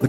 The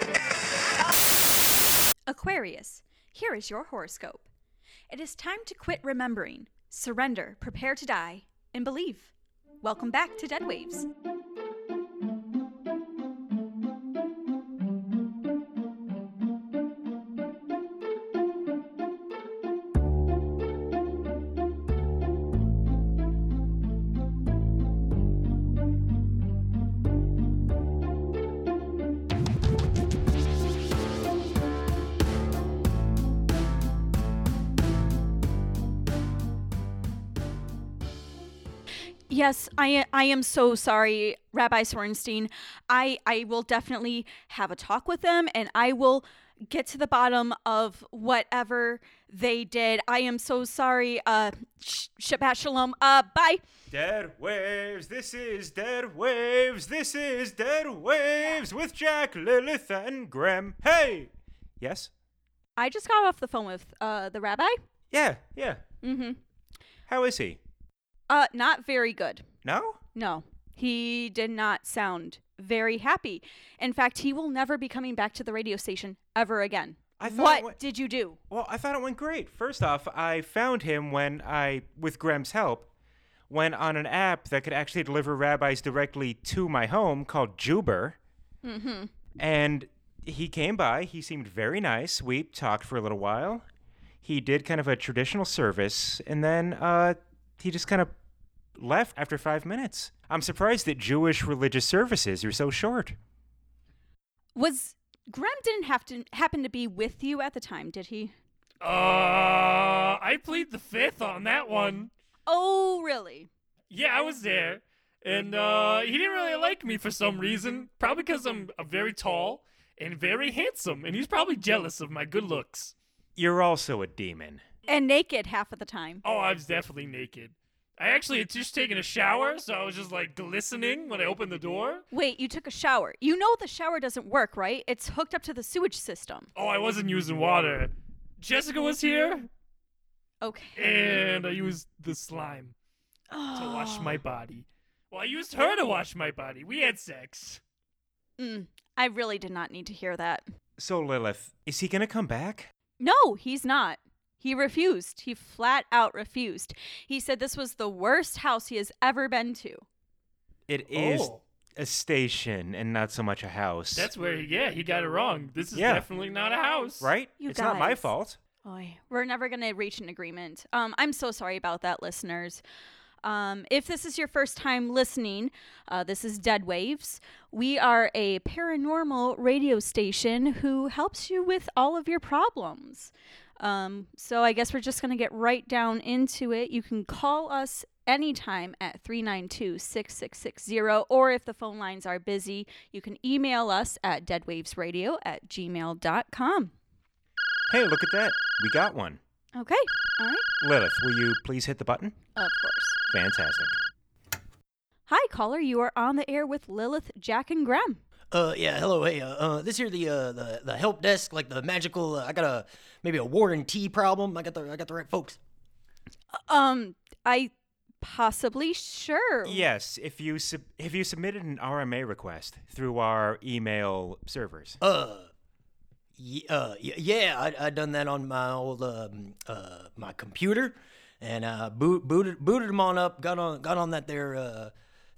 Aquarius, here is your horoscope. It is time to quit remembering, surrender, prepare to die, and believe. Welcome back to Dead Waves. Yes, I I am so sorry, Rabbi Sorenstein. I I will definitely have a talk with them and I will get to the bottom of whatever they did. I am so sorry. Uh sh- Shabbat Shalom. Uh bye. Dead waves, this is dead waves, this is dead waves with Jack, Lilith, and Graham. Hey! Yes? I just got off the phone with uh the rabbi. Yeah, yeah. Mhm. How is he? Uh not very good. No? No. He did not sound very happy. In fact, he will never be coming back to the radio station ever again. I thought what what- did you do? Well, I thought it went great. First off, I found him when I, with Graham's help, went on an app that could actually deliver rabbis directly to my home called Juber. Mm-hmm. And he came by. He seemed very nice. We talked for a little while. He did kind of a traditional service, and then uh, he just kind of left after five minutes. I'm surprised that Jewish religious services are so short. Was Graham didn't have to happen to be with you at the time, did he? Uh, I plead the fifth on that one. Oh, really? Yeah, I was there, and uh, he didn't really like me for some reason. Probably because I'm uh, very tall and very handsome, and he's probably jealous of my good looks. You're also a demon. And naked half of the time. Oh, I was definitely naked. I actually had just taken a shower, so I was just like glistening when I opened the door. Wait, you took a shower. You know the shower doesn't work, right? It's hooked up to the sewage system. Oh, I wasn't using water. Jessica was here, Okay. and I used the slime to wash my body. Well, I used her to wash my body. We had sex. Mm, I really did not need to hear that. So, Lilith, is he going to come back? No, he's not. He refused. He flat out refused. He said this was the worst house he has ever been to. It is Oh. a station and not so much a house. That's where, yeah, he got it wrong. This is Yeah. definitely not a house. right. You it's not my guys. fault. Oy, we're never going to reach an agreement. Um, I'm so sorry about that, listeners. Um, if this is your first time listening, uh, this is Dead Waves. We are a paranormal radio station who helps you with all of your problems. Um, so I guess we're just going to get right down into it. You can call us anytime at 392 6660, or if the phone lines are busy, you can email us at deadwavesradio at gmail.com. Hey, look at that. We got one. Okay, all right. Lilith, will you please hit the button? Of course. Fantastic. Hi, caller. You are on the air with Lilith, Jack, and Graham. Uh, yeah, hello, hey, uh, uh this here the uh the, the help desk, like the magical. Uh, I got a maybe a warranty problem. I got the I got the right folks. Um, I possibly sure. Yes, if you sub- if you submitted an RMA request through our email servers. Uh, yeah, uh, y- yeah, I I done that on my old um, uh my computer, and uh boot, booted booted them on up. Got on got on that there. Uh,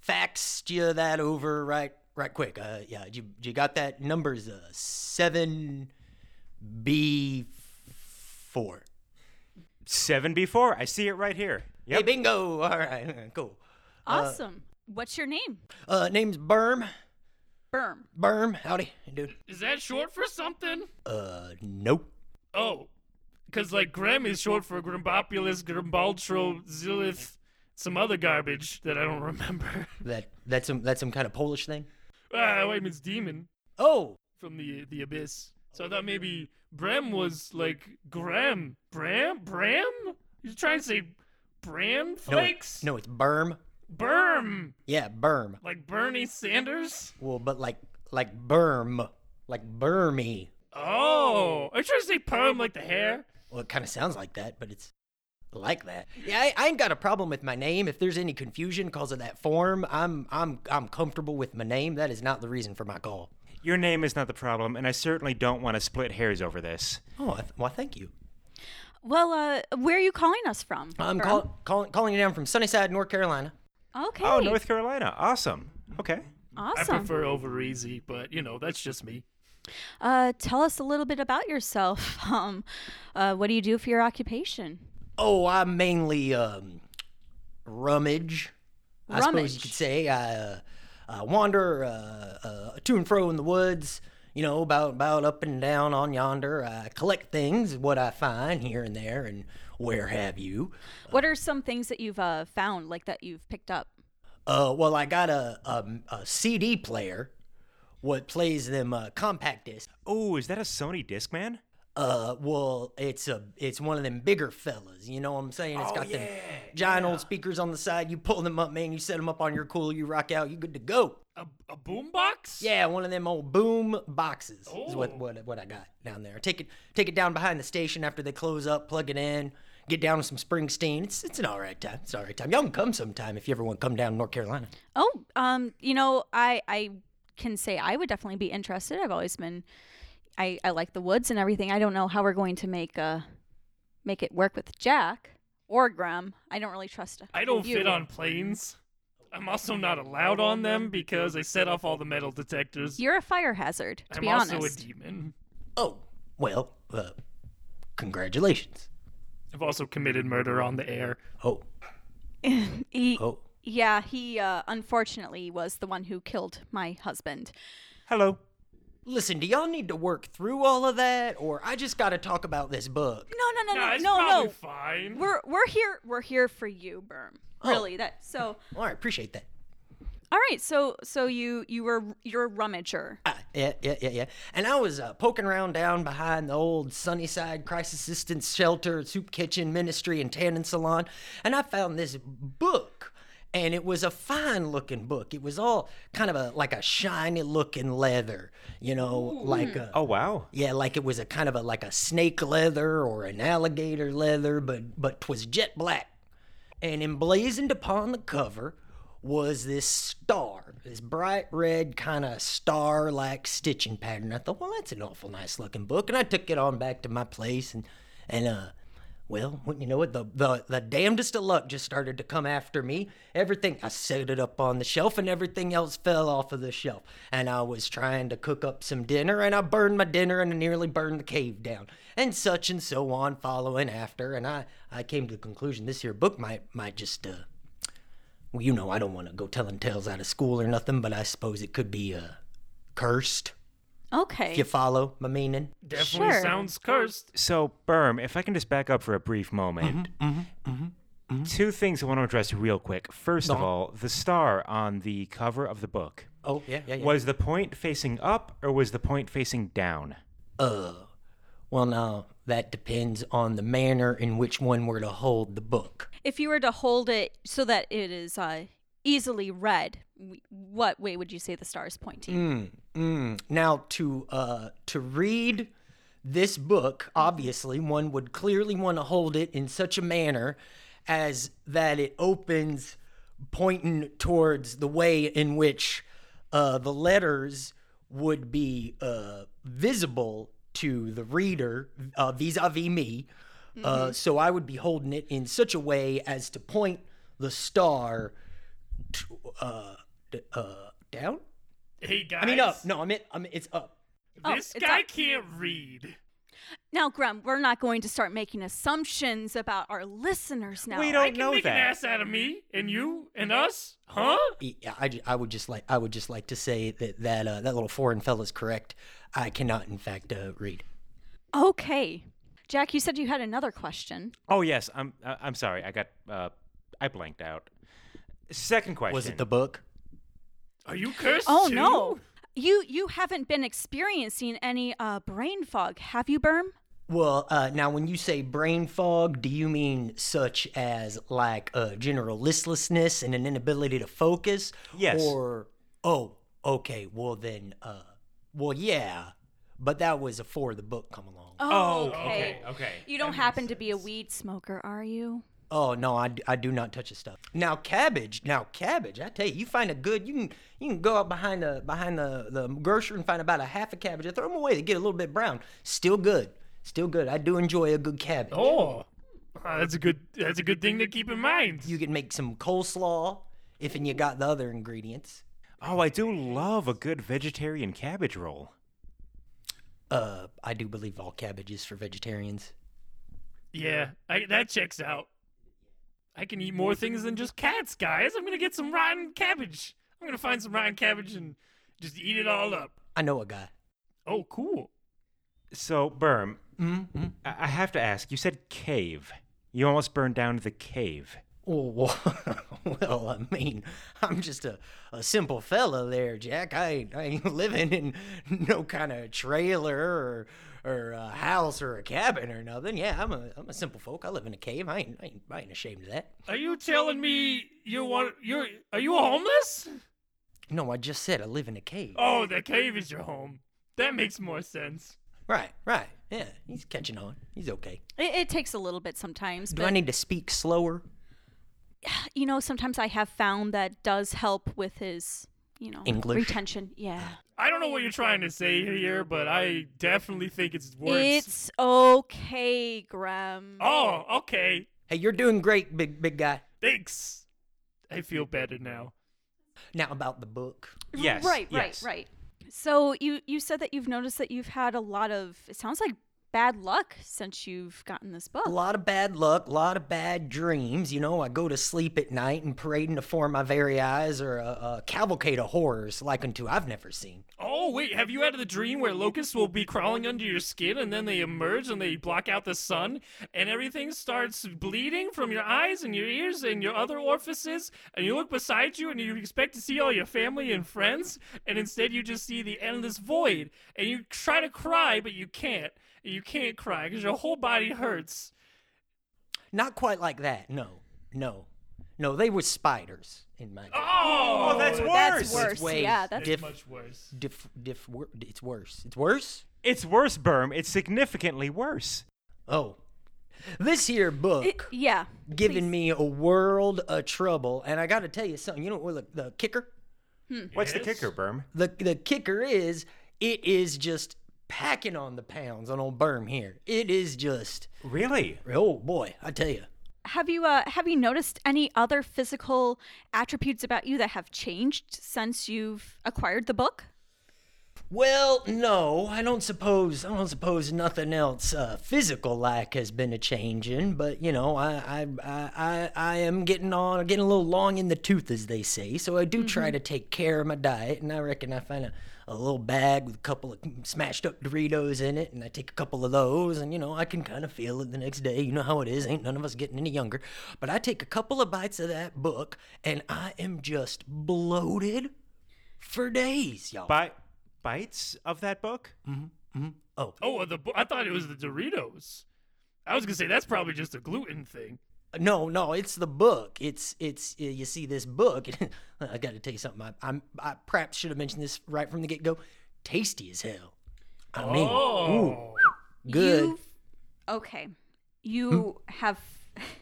faxed you that over right right quick. Uh, yeah, you you got that numbers uh seven B four. Seven before. I see it right here. Hey, Yep. bingo! All right, cool. Awesome. What's your name? Uh, name's Berm. Berm. Berm, howdy, dude. Is that short for something? Uh, nope. Oh, because like Grem is short for Grimbopulus, Grimbaltro, Zilith, some other garbage that I don't remember. That that's some that's some kind of Polish thing. ah, wait, it means demon Oh, from the the abyss. So I thought maybe Brem was like Grem, Bram, Bram. You trying to say Bram? no, it- Thanks. no, it's Berm. Berm, Yeah, Berm. like Bernie Sanders. Well, but like like Berm, like Burmy. Oh, are you trying to say perm like the hair? Well, it kind of sounds like that, but it's like that. Yeah, I, I ain't got a problem with my name. If there's any confusion because of that form, I'm I'm I'm comfortable with my name. That is not the reason for my call. Your name is not the problem, and I certainly don't want to split hairs over this. Oh, I th- well, thank you. Well, uh, where are you calling us from? I'm Berm? call, call, calling you down from Sunnyside, North Carolina. Okay. Oh, North Carolina. Awesome. Okay. I awesome. prefer over easy, but you know that's just me. Uh, tell us a little bit about yourself. Um, uh, what do you do for your occupation? Oh, I mainly um, rummage. I suppose you Rummage. could say I, uh, I wander uh, uh, to and fro in the woods. You know, about about up and down on yonder. I collect things, what I find here and there, and where have you. What are some things that you've uh, found, like that you've picked up? Uh, well, I got a, a, a CD player, what plays them uh, compact discs. Oh, is that a Sony Discman? Uh, well, it's a it's one of them bigger fellas. You know what I'm saying? It's got them giant old speakers on the side. You pull them up, man. You set them up on your cooler. You rock out. You good to go. A, a boombox? Yeah, one of them old boom boxes is Oh. what, what what I got down there. Take it take it down behind the station after they close up. Plug it in. Get down with some Springsteen. It's it's an all right time. It's an all right time. Y'all can come sometime if you ever want to come down to North Carolina. Oh, um, you know, I I can say I would definitely be interested. I've always been, I I like the woods and everything. I don't know how we're going to make uh make it work with Jack or Graham. I don't really trust. I don't you. fit on planes. I'm also not allowed on them because I set off all the metal detectors. You're a fire hazard, to I'm be also honest. a demon. Oh well, uh, congratulations. I've also committed murder on the air. Oh He- oh Yeah, he uh, unfortunately was the one who killed my husband. Hello. Listen, do y'all need to work through all of that, or I just got to talk about this book? No, no, no, nah, no, it's no, probably no. fine. We're we're here. We're here for you, Berm. Really, that so. All right, appreciate that. All right, so so you you were you're a rummager. Uh, yeah, yeah, yeah, yeah. And I was uh, poking around down behind the old Sunnyside Crisis Assistance Shelter, Soup Kitchen Ministry, and Tanning Salon, and I found this book. And it was a fine looking book. It was all kind of a like a shiny looking leather, you know, like a, Oh, wow. Yeah, like it was a kind of a like a snake leather or an alligator leather, but but 'twas jet black. And emblazoned upon the cover was this star, this bright red kind of star-like stitching pattern. I thought, well, that's an awful nice looking book, and I took it on back to my place and and uh. Well, wouldn't you know it, the, the the damnedest of luck just started to come after me. Everything I set it up on the shelf, and everything else fell off of the shelf. And I was trying to cook up some dinner, and I burned my dinner, and I nearly burned the cave down, and such and so on, following after. And I I came to the conclusion this here book might might just uh, well, you know, I don't want to go telling tales out of school or nothing, but I suppose it could be uh, cursed. Okay. If you follow my meaning. Definitely Sure. sounds cursed. So, Berm, if I can just back up for a brief moment. mm-hmm, Two things I want to address real quick. 1st of all, the star on the cover of the book. Oh yeah, yeah, yeah. Was the point facing up or was the point facing down? Uh, well, now that depends on the manner in which one were to hold the book. If you were to hold it so that it is uh, easily read, w- what way would you say the stars pointing? Mm, mm. Now, to uh, to read this book, obviously, one would clearly want to hold it in such a manner as that it opens pointing towards the way in which uh, the letters would be uh, visible to the reader uh, vis-a-vis me. Uh, so I would be holding it in such a way as to point the star to, uh, d- uh, down. Hey guys. I mean up. No, I meant I mean, it's up. Oh, This it's guy up. can't read. Now, Grum, we're not going to start making assumptions about our listeners now. We I don't can know make that. an ass out of me and you and us, huh? Yeah, I, ju- I would just like I would just like to say that that uh, that little foreign fella's correct. I cannot, in fact, uh, read. Okay. Jack, you said you had another question. Oh yes, I'm I- I'm sorry. I got uh I blanked out. Second question. Was it the book? Are you cursed? Oh too? no. You you haven't been experiencing any uh, brain fog, have you, Berm? Well, uh, now when you say brain fog, do you mean such as like uh, general listlessness and an inability to focus? Yes. Or oh, okay. Well then, uh, well yeah, but that was before the book come along. Oh, okay, okay. You don't happen to be a weed smoker, are you? Oh no, I, d- I do not touch the stuff. Now cabbage, now cabbage. I tell you, you find a good. You can you can go out behind the behind the the grocer and find about a half a cabbage. I throw them away. They get a little bit brown. Still good. Still good. I do enjoy a good cabbage. Oh, uh, that's a good. That's a good thing to keep in mind. You can make some coleslaw if and you got the other ingredients. Oh, I do love a good vegetarian cabbage roll. Uh, I do believe all cabbage is for vegetarians. Yeah, I, that checks out. I can eat more things than just cats, guys. I'm gonna get some rotten cabbage. I'm gonna find some rotten cabbage and just eat it all up. I know a guy. Oh, cool. So, Berm, I-, I have to ask. You said cave. You almost burned down the cave. Oh, Well, well, I mean, I'm just a, a simple fella there, Jack. I ain't, I ain't living in no kind of trailer or, or a house or a cabin or nothing. Yeah, I'm a, I'm a simple folk. I live in a cave. I ain't, I ain't, I ain't ashamed of that. Are you telling me you want you're are you homeless? No, I just said I live in a cave. Oh, the cave is your home. That makes more sense. Right, right. Yeah, he's catching on. He's okay. It, it takes a little bit sometimes, Do I but need to speak slower? you know, sometimes I have found that does help with his, you know, English. retention. Yeah. I don't know what you're trying to say here, but I definitely think it's words. It's okay, Graham. oh, okay. Hey, you're doing great, big big guy. Thanks. I feel better now. Now about the book. Yes. Right, yes. right, right. So you you said that you've noticed that you've had a lot of it sounds like bad luck since you've gotten this book. A lot of bad luck, a lot of bad dreams. You know, I go to sleep at night and parading before my very eyes or a, a cavalcade of horrors like unto I've never seen. Oh, wait, have you had the dream where locusts will be crawling under your skin and then they emerge and they block out the sun and everything starts bleeding from your eyes and your ears and your other orifices and you look beside you and you expect to see all your family and friends and instead you just see the endless void and you try to cry but you can't. You can't cry because your whole body hurts. Not quite like that. No, no, no. They were spiders in my. Oh, Oh, that's worse. That's It's worse. way Yeah, that's diff, much worse. diff, diff, wor- It's worse. It's worse. It's worse, Berm. It's significantly worse. Oh, this here book. It- yeah. Giving me a world of trouble, and I got to tell you something. You know what? Look, the kicker. What's the kicker, Berm? the the kicker is it is just packing on the pounds on old Berm here. It is just Really? oh boy, I tell you. Have you uh have you noticed any other physical attributes about you that have changed since you've acquired the book? Well, no, I don't suppose I don't suppose nothing else uh, physical like has been a changing, but you know I I, I I I am getting on getting a little long in the tooth as they say, so I do try to take care of my diet, and I reckon I find a, a little bag with a couple of smashed up Doritos in it, and I take a couple of those, and you know I can kind of feel it the next day. You know how it is, ain't none of us getting any younger, but I take a couple of bites of that book, and I am just bloated for days, y'all. By bites of that book? Oh. Oh, well, the, bo- I thought it was the Doritos. I was going to say that's probably just a gluten thing. No, no, it's the book. It's it's uh, you see this book. I got to tell you something. I, I'm I perhaps should have mentioned this right from the get go. Tasty as hell. I mean, ooh, Oh. good. You've, okay. You have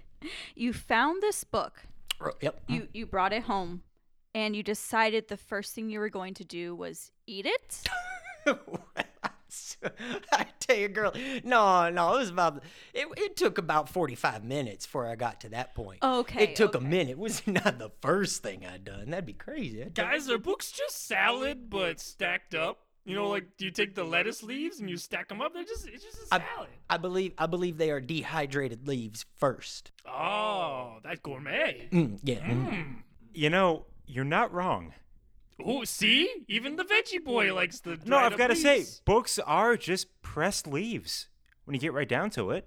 you found this book. R- Oh, Yep. You you brought it home and you decided the first thing you were going to do was eat it? I tell you, girl. No, no, it was about. It, it took about forty five minutes before I got to that point. Okay, It took a okay. minute. It was not the first thing I'd done. That'd be crazy. I tell you. Guys, are books just salad but stacked up? You know, like do you take the lettuce leaves and you stack them up? They're just it's just a I, salad. I believe I believe they are dehydrated leaves first. oh, that's gourmet. Mm, yeah. mm. You know, you're not wrong. Oh, see, even the veggie boy likes the. No, dried I've up got to say, leaves. books are just pressed leaves when you get right down to it.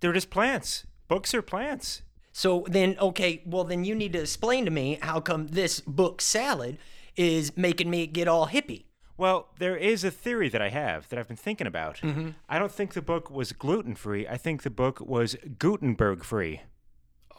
They're just plants. Books are plants. So then, okay, well then you need to explain to me how come this book salad is making me get all hippie. Well, there is a theory that I have that I've been thinking about. Mm-hmm. I don't think the book was gluten free. I think the book was Gutenberg free.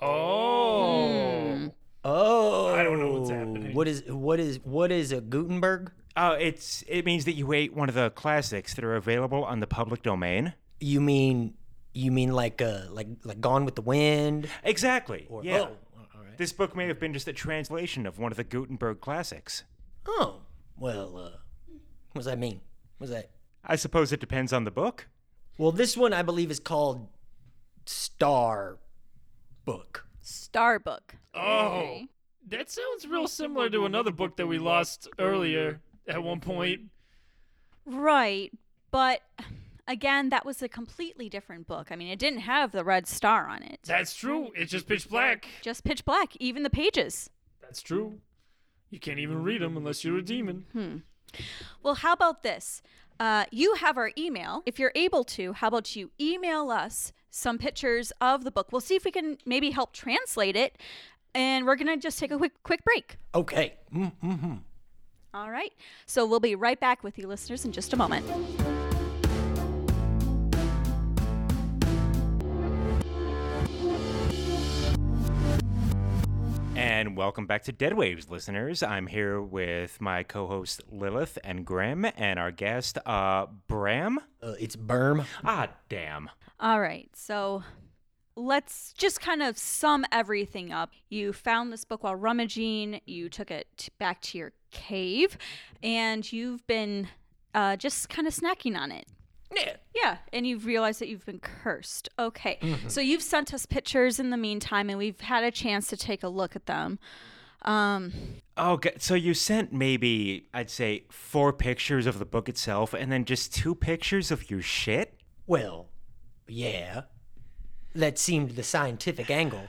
Oh. Oh, I don't know what's happening. What is what is what is a Gutenberg? Oh, it's it means that you ate one of the classics that are available on the public domain. You mean you mean like uh like like Gone with the Wind? Exactly. yeah. Oh, all right. This book may have been just a translation of one of the Gutenberg classics. Oh, well, uh, what does that mean? What's that? I suppose it depends on the book. Well, this one I believe is called Star Book. Starbuck. Oh. That sounds real similar to another book that we lost earlier at one point. Right, but again, that was a completely different book. I mean, it didn't have the red star on it. That's true. It's just pitch black. Just pitch black, even the pages. That's true. You can't even read them unless you're a demon. Well, how about this? Uh, you have our email. If you're able to, how about you email us some pictures of the book? We'll see if we can maybe help translate it. And we're going to just take a quick, quick break. Okay. Mm. All right. So we'll be right back with you listeners in just a moment. And welcome back to Dead Waves, listeners. I'm here with my co host Lilith and Graham and our guest, uh, Bram. Uh, it's Berm. Ah, damn. All right. So let's just kind of sum everything up. You found this book while rummaging, you took it t- back to your cave, and you've been uh, just kind of snacking on it. Yeah. Yeah, and you've realized that you've been cursed. Okay, so you've sent us pictures in the meantime, and we've had a chance to take a look at them. Um, Oh, g- so you sent maybe, I'd say, four pictures of the book itself and then just two pictures of your shit? Well, yeah. That seemed the scientific angle.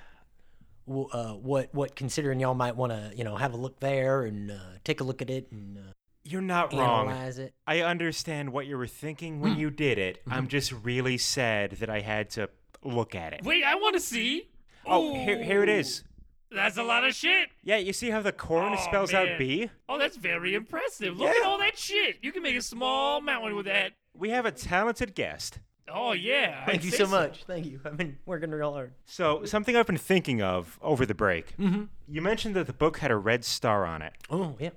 W- Uh, what what considering y'all might want to you know have a look there and uh, take a look at it and uh, You're not wrong. analyze it. I understand what you were thinking Mm. when you did it. Mm-hmm. I'm just really sad that I had to look at it. Wait, I want to see. Oh, here, here it Ooh. is. That's a lot of shit. Yeah, you see how the corn Aw, spells man. out B? Oh, that's very impressive. Look at Yeah. all that shit. You can make a small mountain with that. We have a talented guest. Oh yeah. Thank I'd you say so much. Thank you. I've been working real hard. So, something I've been thinking of over the break. Mm-hmm. You mentioned that the book had a red star on it. Oh yeah.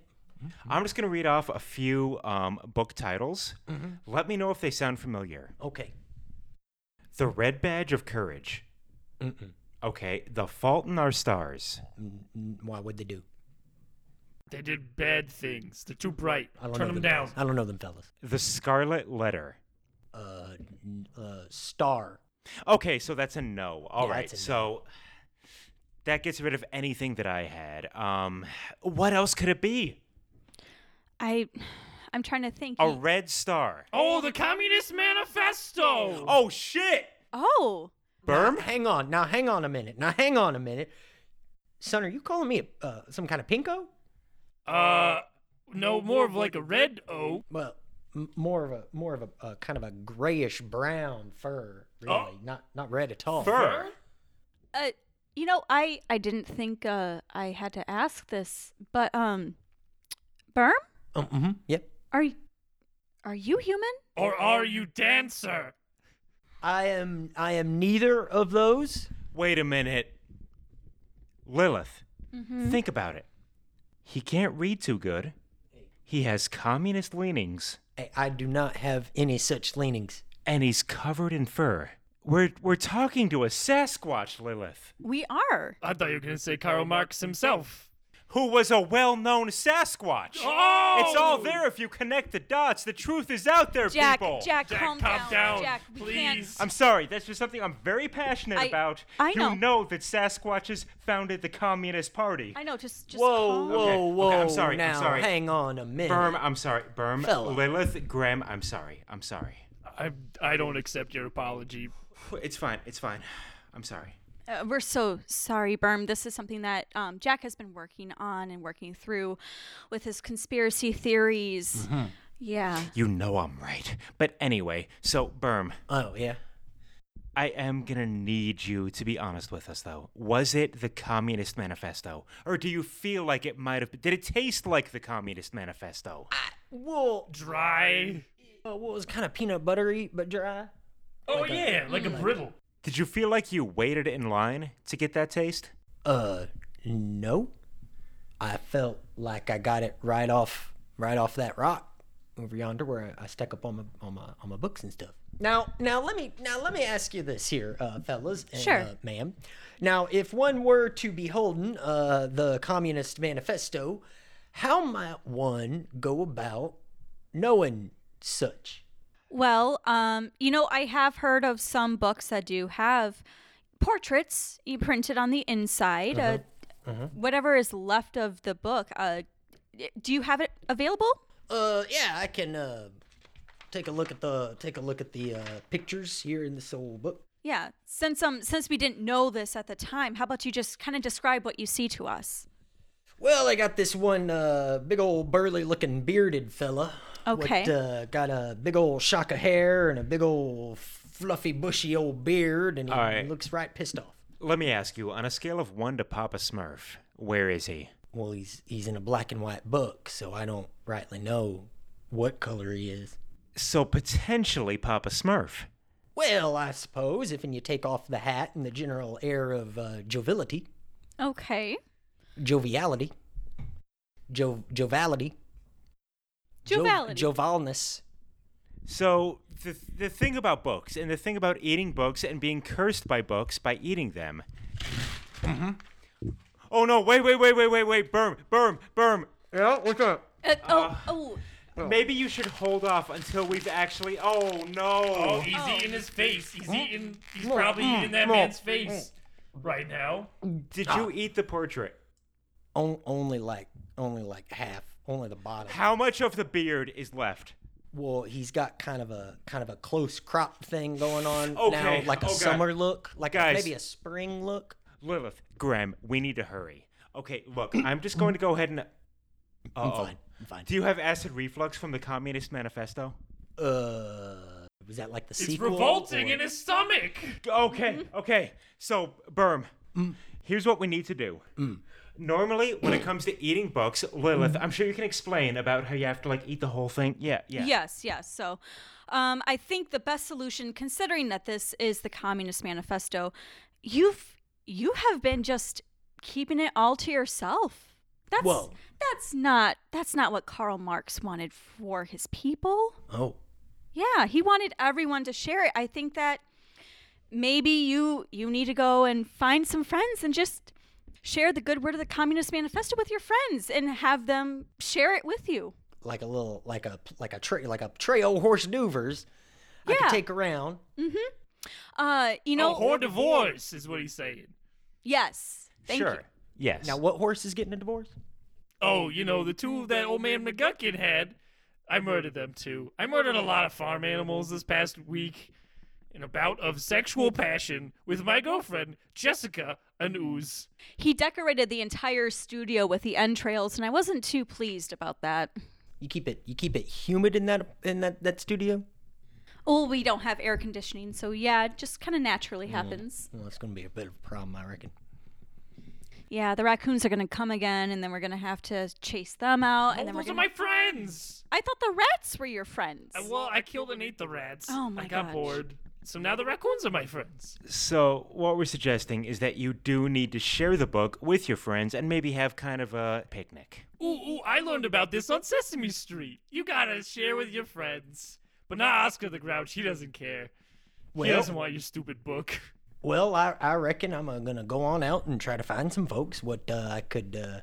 I'm just going to read off a few um, book titles. Mm-hmm. Let me know if they sound familiar. Okay. The Red Badge of Courage. Okay. The Fault in Our Stars. Mm, Why would they do? They did bad things. They're too bright. I don't Turn know them down. fellas. I don't know them fellas. The Scarlet Letter. Uh, n- uh, star. Okay, so that's a no. All Yeah, right, that's a so that gets rid of anything that I had. Um, what else could it be? I, I'm trying to think. A red star. Oh, the Communist Manifesto. Oh shit! oh, Berm. Hang on. Now hang on a minute. Now hang on a minute. Son, are you calling me a, uh, some kind of pinko? Uh, no, more of like a red O. Well, m- more of a more of a uh, kind of a grayish brown fur, really. Oh. Not not red at all. Fur. uh, you know, I, I didn't think uh, I had to ask this, but um, Berm, Um, mhm, Yep. are you, are you human? Or are you dancer? I am I am neither of those. Wait a minute. Lilith, think about it. He can't read too good. He has communist leanings, I, I do not have any such leanings. and he's covered in fur. We're we're talking to a Sasquatch, Lilith. We are. I thought you were gonna say Karl Marx himself. who was a well known Sasquatch. It's all there if you connect the dots. The truth is out there, Jack, people. Jack, Jack, calm calm down. down, Jack, we please. can't. I'm sorry, that's just something I'm very passionate I- about. I you know. that Sasquatches founded the Communist Party. I know. Just, just. Whoa, calm. whoa, Okay, whoa! okay, I'm sorry, I'm Now, sorry. hang on a minute. Berm, I'm sorry. Berm, Fella. Lilith, Graham, I'm sorry. I'm sorry. I I don't accept your apology. It's fine. It's fine. I'm sorry. Uh, we're so sorry, Berm. This is something that um, Jack has been working on and working through with his conspiracy theories. Yeah. You know I'm right. But anyway, so Berm, Oh yeah. I am gonna need you to be honest with us, though. Was it the Communist Manifesto, or do you feel like it might have? Did it taste like the Communist Manifesto? Well, Dry. uh, what was kind of peanut buttery but dry? Oh yeah, like a brittle. Did you feel like you waited in line to get that taste? Uh, no. I felt like I got it right off, right off that rock over yonder where I, I stack up on my on my on my books and stuff. Now, now let me now let me ask you this here, uh, fellas and Sure. uh, ma'am. Now, if one were to beholden uh, the Communist Manifesto, how might one go about knowing such? Well, um, you know, I have heard of some books that do have portraits e- printed on the inside. uh Whatever is left of the book. Uh, do you have it available? Uh, yeah, I can uh, take a look at the take a look at the uh, pictures here in this old book. Yeah. Since um since we didn't know this at the time, how about you just kind of describe what you see to us? Well, I got this one uh, big old burly looking bearded fella. Okay. What, uh, got a big old shock of hair and a big old fluffy bushy old beard, and he Alright. looks right pissed off. Let me ask you. On a scale of one to Papa Smurf, where is he? Well, he's he's in a black and white book, so I don't rightly know what color he is. So potentially Papa Smurf. Well, I suppose if and you take off the hat and the general air of uh, joviality, Okay. joviality, jo- joviality, jo- Jovality. jovialness. So the the thing about books and the thing about eating books and being cursed by books by eating them. Oh no! Wait! Wait! Wait! Wait! Wait! Wait! Berm! Berm! Berm! Yeah, what's up? Uh, oh, oh, Maybe you should hold off until we've actually. Oh Oh, no! he's eating his face. He's eating. He's probably eating that man's face right now. Did you eat the portrait? On, only like only like half, only the bottom. How much of the beard is left? Well, he's got kind of a kind of a close crop thing going on Okay, now, like a oh, God. summer look, like Guys. maybe a spring look. Lilith, Graham, we need to hurry. Okay, look, I'm just going to go ahead and. I'm Uh-oh. fine. I'm fine. Do you have acid reflux from the Communist Manifesto? uh, was that like the It's sequel? revolting or- in his stomach. Okay, okay. So, Berm, Mm. here's what we need to do. Normally, when it comes to eating books, Lilith, I'm sure you can explain about how you have to like eat the whole thing. Yeah, yeah. Yes, yes. So um, I think the best solution, considering that this is the Communist Manifesto, you've you have been just keeping it all to yourself. That's Whoa. that's not that's not what Karl Marx wanted for his people. Oh, Yeah, he wanted everyone to share it. I think that maybe you you need to go and find some friends and just share the good word of the Communist Manifesto with your friends and have them share it with you. like a little, like a like a tra- like a trail horse maneuvers. I Yeah. could take around. Uh, you know, No, whore divorce is what he's saying. Yes. Thank sure. you. Yes. Now, what horse is getting a divorce? Oh, you know the two that old man McGuckin had. I murdered them too. I murdered a lot of farm animals this past week in a bout of sexual passion with my girlfriend Jessica Anuz. He decorated the entire studio with the entrails, and I wasn't too pleased about that. You keep it you keep it humid in that in that that studio. Oh, we don't have air conditioning, so yeah, it just kind of naturally Mm. happens. Well, it's gonna be a bit of a problem, I reckon. Yeah, the raccoons are gonna come again, and then we're gonna have to chase them out, and Oh, then we're those are gonna. my friends. I thought the rats were your friends. Uh, Well, I killed and ate the rats. Oh my I got gosh. bored. So now the raccoons are my friends. So, what we're suggesting is that you do need to share the book with your friends and maybe have kind of a picnic. Ooh, ooh, I learned about this on Sesame Street. You gotta share with your friends. But not Oscar the Grouch, he doesn't care. he Well- doesn't want your stupid book. Well, I, I reckon I'm uh, gonna go on out and try to find some folks what uh, I could uh,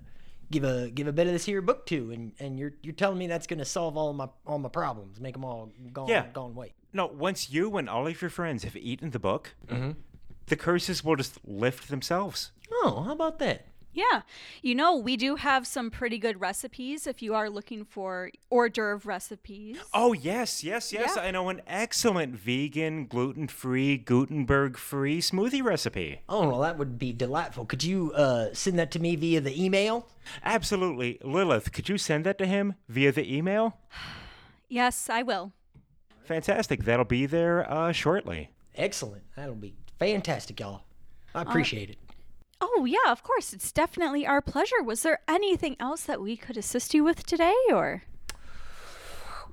give a give a bit of this here book to, and and you're you're telling me that's gonna solve all my all my problems, make them all gone Yeah. gone away. No, once you and all of your friends have eaten the book, Mm-hmm. the curses will just lift themselves. Oh, how about that? Yeah. You know, we do have some pretty good recipes if you are looking for hors d'oeuvre recipes. Oh yes, yes, yes! Yeah. I know an excellent vegan, gluten-free, Gutenberg-free smoothie recipe. Oh, well, that would be delightful. Could you uh, send that to me via the email? Absolutely, Lilith. Could you send that to him via the email? Yes, I will. Fantastic. That'll be there uh, shortly. Excellent. That'll be fantastic, y'all. I appreciate it. Oh, yeah, of course. It's definitely our pleasure. Was there anything else that we could assist you with today or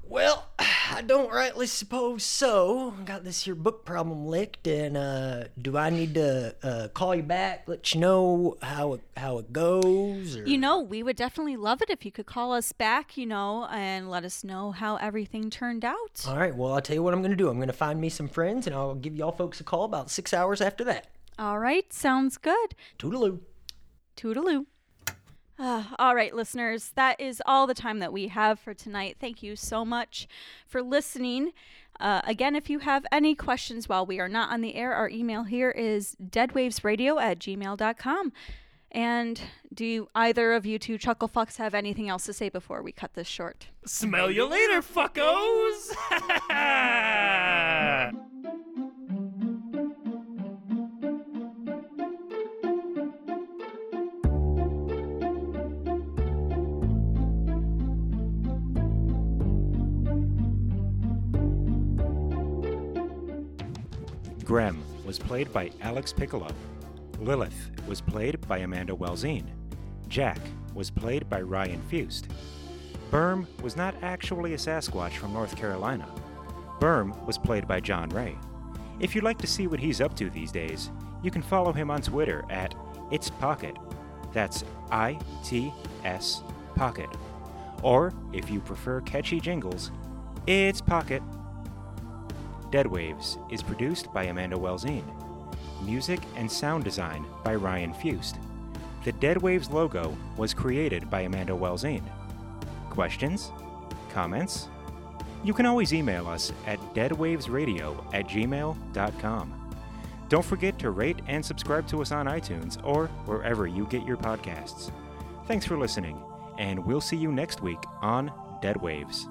Well, I don't rightly suppose so. Got this here book problem licked, and uh, do I need to uh, call you back, let you know how it how it goes? Or... You know, we would definitely love it if you could call us back, you know, and let us know how everything turned out. All right. Well, I'll tell you what I'm gonna do. I'm gonna find me some friends, and I'll give y'all folks a call about six hours after that. All right, sounds good. Toodaloo. Toodaloo. Ah, all right, listeners, that is all the time that we have for tonight. Thank you so much for listening. Uh, again, if you have any questions while we are not on the air, our email here is deadwavesradio at gmail.com. And do either of you two chuckle fucks have anything else to say before we cut this short? Smell you later, fuckos! Grem was played by Alex Piccolo. Lilith was played by Amanda Welzine. Jack was played by Ryan Fust. Berm was not actually a Sasquatch from North Carolina. Berm was played by John Ray. If you'd like to see what he's up to these days, you can follow him on Twitter at It's Pocket. That's I T S Pocket. Or, if you prefer catchy jingles, It's Pocket. Dead Waves is produced by Amanda Welzine. Music and sound design by Ryan Fust. The Dead Waves logo was created by Amanda Welzine. Questions? Comments? You can always email us at deadwavesradio at gmail.com. Don't forget to rate and subscribe to us on iTunes or wherever you get your podcasts. Thanks for listening, and we'll see you next week on Dead Waves.